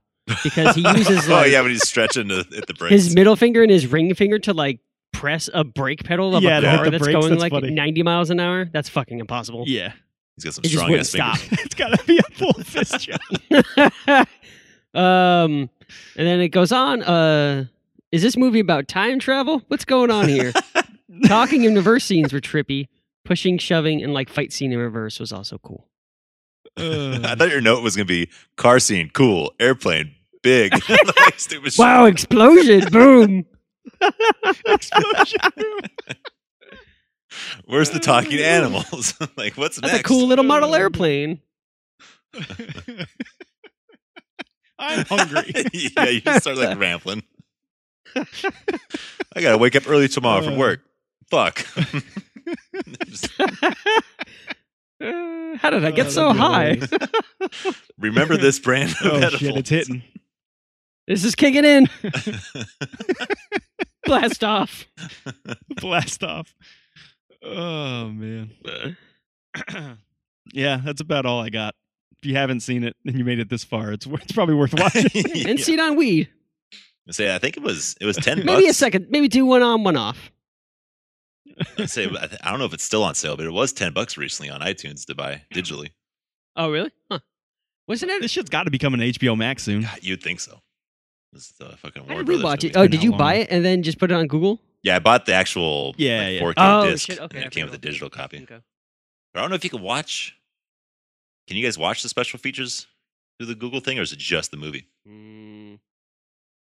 Speaker 3: because he uses
Speaker 1: oh
Speaker 3: like,
Speaker 1: yeah, when he's stretching to, at the brakes.
Speaker 3: his middle finger and his ring finger to like press a brake pedal of
Speaker 2: Yeah,
Speaker 3: a
Speaker 2: to hit
Speaker 3: car
Speaker 2: the
Speaker 3: that's
Speaker 2: brakes,
Speaker 3: going
Speaker 2: that's
Speaker 3: like
Speaker 2: funny.
Speaker 3: 90 miles an hour. That's fucking impossible.
Speaker 2: yeah.
Speaker 1: he's got some
Speaker 3: it just
Speaker 1: strong
Speaker 3: wouldn't
Speaker 1: ass fingers.
Speaker 2: it's gotta be a full fist job.
Speaker 3: um, and then it goes on. Uh, is this movie about time travel? What's going on here? Talking in reverse scenes were trippy. Pushing, shoving, and like fight scene in reverse was also cool.
Speaker 1: I
Speaker 2: Uh,
Speaker 1: thought your note was gonna be car scene, cool, airplane, big, like, stupid shit.
Speaker 3: Wow, explosion! Boom!
Speaker 2: explosion.
Speaker 1: Where's the talking animals? like, what's
Speaker 3: That's
Speaker 1: next?
Speaker 3: a cool little model airplane.
Speaker 2: I'm hungry.
Speaker 1: yeah, you just start like rambling. I gotta wake up early tomorrow
Speaker 2: Uh.
Speaker 1: from work. Fuck. Just
Speaker 3: Uh, how did I get
Speaker 2: Oh,
Speaker 3: so
Speaker 2: that'd be
Speaker 3: high?
Speaker 2: hilarious.
Speaker 1: remember this brand of
Speaker 2: Oh
Speaker 1: edibles.
Speaker 2: shit, it's hitting.
Speaker 3: This is kicking in. Blast off.
Speaker 2: blast off. Oh man. yeah, that's about all I got. If you haven't seen it and you made it this far, it's wor- it's probably worth watching.
Speaker 1: Yeah.
Speaker 3: And seed on weed.
Speaker 1: I Say, I think it was it was ten bucks.
Speaker 3: Maybe a second. Maybe do one on, one off.
Speaker 1: I say, I th- I don't know if it's still on sale, but it was ten bucks recently on iTunes to buy digitally.
Speaker 3: Oh, really? Huh. Wasn't it?
Speaker 2: this shit's got to become an HBO Max soon.
Speaker 1: God, You'd think so. This is the fucking
Speaker 3: How
Speaker 1: Warner
Speaker 3: did we
Speaker 1: Brothers
Speaker 3: watch it?
Speaker 1: movie.
Speaker 3: Oh,
Speaker 2: been
Speaker 3: did
Speaker 2: out
Speaker 3: you
Speaker 2: long
Speaker 3: buy
Speaker 2: enough.
Speaker 3: it and then just put it on Google?
Speaker 1: Yeah, I bought the actual
Speaker 2: Yeah,
Speaker 1: like,
Speaker 2: yeah.
Speaker 1: 4K
Speaker 3: Oh,
Speaker 1: disc.
Speaker 3: shit, okay,
Speaker 1: and
Speaker 3: I
Speaker 1: it came with a
Speaker 3: forgot.
Speaker 1: digital copy.
Speaker 3: Okay.
Speaker 1: But I don't know if you can watch. Can you guys watch the special features through the Google thing, or is it just the movie?
Speaker 3: Mm,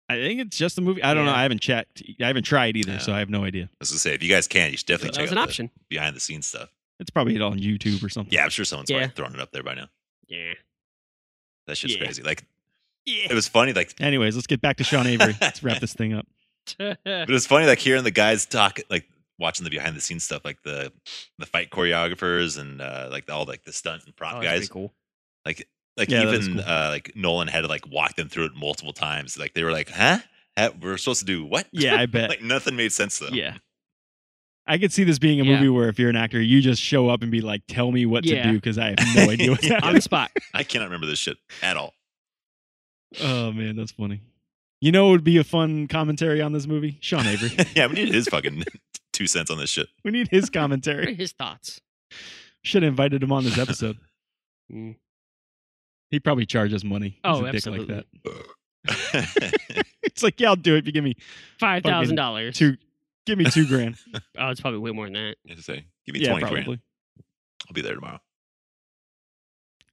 Speaker 2: I think it's just the movie. I don't know.
Speaker 3: Yeah.
Speaker 2: I haven't checked. I haven't tried either,
Speaker 1: Yeah.
Speaker 2: so I have no idea.
Speaker 1: I was gonna say, if you guys can, you should
Speaker 3: That
Speaker 1: definitely check
Speaker 3: was
Speaker 1: out
Speaker 3: an
Speaker 1: the
Speaker 3: option.
Speaker 1: behind the scenes stuff.
Speaker 2: It's probably on YouTube or something.
Speaker 1: Yeah, I'm sure someone's
Speaker 3: Yeah.
Speaker 1: probably throwing it up there by now.
Speaker 3: Yeah.
Speaker 1: That shit's
Speaker 2: Yeah.
Speaker 1: crazy. Like
Speaker 2: Yeah.
Speaker 1: it was funny. Like
Speaker 2: Anyways, let's get back to Sean Avery. let's wrap this thing up.
Speaker 3: Oh,
Speaker 1: But it's funny, like hearing the guys talk, like watching the behind the scenes stuff, like the the fight choreographers and uh, like all like the stunt and prop
Speaker 2: Oh, that's pretty
Speaker 1: guys.
Speaker 2: cool.
Speaker 1: Like like
Speaker 2: Yeah, that is
Speaker 1: even
Speaker 2: cool.
Speaker 1: uh, like Nolan had to like walk them through it multiple times. Like they were like, huh? Huh? We're supposed to do what?
Speaker 2: Yeah, I bet.
Speaker 1: like nothing made sense though.
Speaker 2: yeah. I could see this being a
Speaker 3: Yeah.
Speaker 2: movie where if you're an actor, you just show up and be like, "Tell me what
Speaker 3: Yeah.
Speaker 2: to do," because I have no idea what's
Speaker 1: Yeah.
Speaker 3: on the
Speaker 2: happening.
Speaker 3: spot.
Speaker 1: I cannot remember this shit at all.
Speaker 2: Oh man, that's funny. You know, it would be a fun commentary on this movie. Sean Avery.
Speaker 1: yeah, we needed his fucking two cents on this shit.
Speaker 2: we need his commentary.
Speaker 3: His thoughts.
Speaker 2: Should have invited him on this episode.
Speaker 3: Mm.
Speaker 2: He probably charge us money. He's
Speaker 3: Oh,
Speaker 2: a dick like
Speaker 3: absolutely.
Speaker 2: that. It's like, yeah, I'll do it if you give me
Speaker 3: Five thousand dollars.
Speaker 2: two. Give me two grand.
Speaker 3: Oh, it's probably way more than that.
Speaker 1: Just say, Give me
Speaker 2: yeah,
Speaker 1: twenty
Speaker 2: probably.
Speaker 1: grand. I'll be there tomorrow.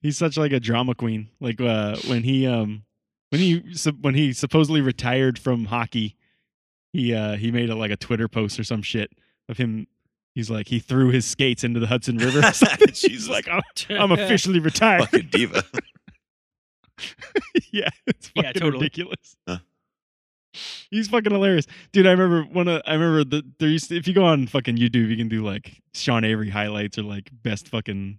Speaker 2: He's such like a drama queen. Like uh, when he um when he sup- when he supposedly retired from hockey, he uh he made a, like a Twitter post or some shit of him. He's like he threw his skates into the Hudson River. or something. He's
Speaker 1: Jesus.
Speaker 2: like I'm, I'm officially retired.
Speaker 1: Fucking diva.
Speaker 2: yeah, it's
Speaker 3: Yeah,
Speaker 2: fucking
Speaker 3: totally.
Speaker 2: ridiculous.
Speaker 1: Huh.
Speaker 2: He's fucking hilarious, dude. I remember one. Of, I remember the there used to, if you go on fucking YouTube, you can do like Sean Avery highlights or like best fucking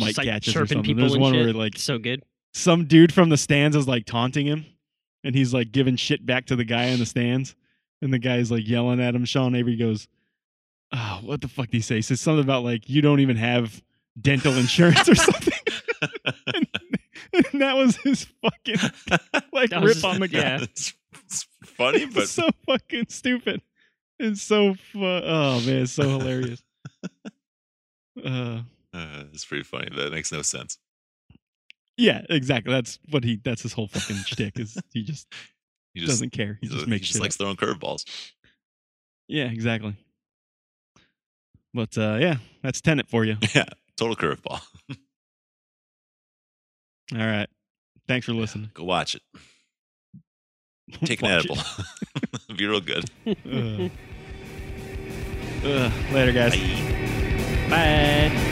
Speaker 2: mic
Speaker 3: just, like,
Speaker 2: catches or
Speaker 3: chirping
Speaker 2: something.
Speaker 3: people
Speaker 2: There's
Speaker 3: and
Speaker 2: one
Speaker 3: shit.
Speaker 2: where like
Speaker 3: So good.
Speaker 2: some dude from the stands is like taunting him and he's like giving shit back to the guy in the stands and the guy's like yelling at him sean avery goes oh, what the fuck did he say he says something about like you don't even have dental insurance or something and, and that was his fucking like
Speaker 3: That was
Speaker 2: rip
Speaker 3: his-
Speaker 2: on the guy
Speaker 3: Yeah.
Speaker 1: it's, it's funny,
Speaker 2: it's
Speaker 1: but
Speaker 2: so fucking stupid it's so fu- oh man it's so hilarious uh
Speaker 1: uh, it's pretty funny. That makes no sense.
Speaker 2: yeah exactly that's what he that's his whole fucking shtick is he just,
Speaker 1: He just
Speaker 2: doesn't care
Speaker 1: He
Speaker 2: he just
Speaker 1: just,
Speaker 2: makes shit up.
Speaker 1: likes throwing curveballs.
Speaker 2: Yeah, exactly. But uh, yeah, that's Tenet for you.
Speaker 1: Yeah, total curveball.
Speaker 2: All right. Thanks for listening.
Speaker 1: Go watch it. Take an
Speaker 2: Watch
Speaker 1: edible. Be real good.
Speaker 2: it. Ugh. Ugh. Later, guys.
Speaker 1: Bye.
Speaker 2: Bye.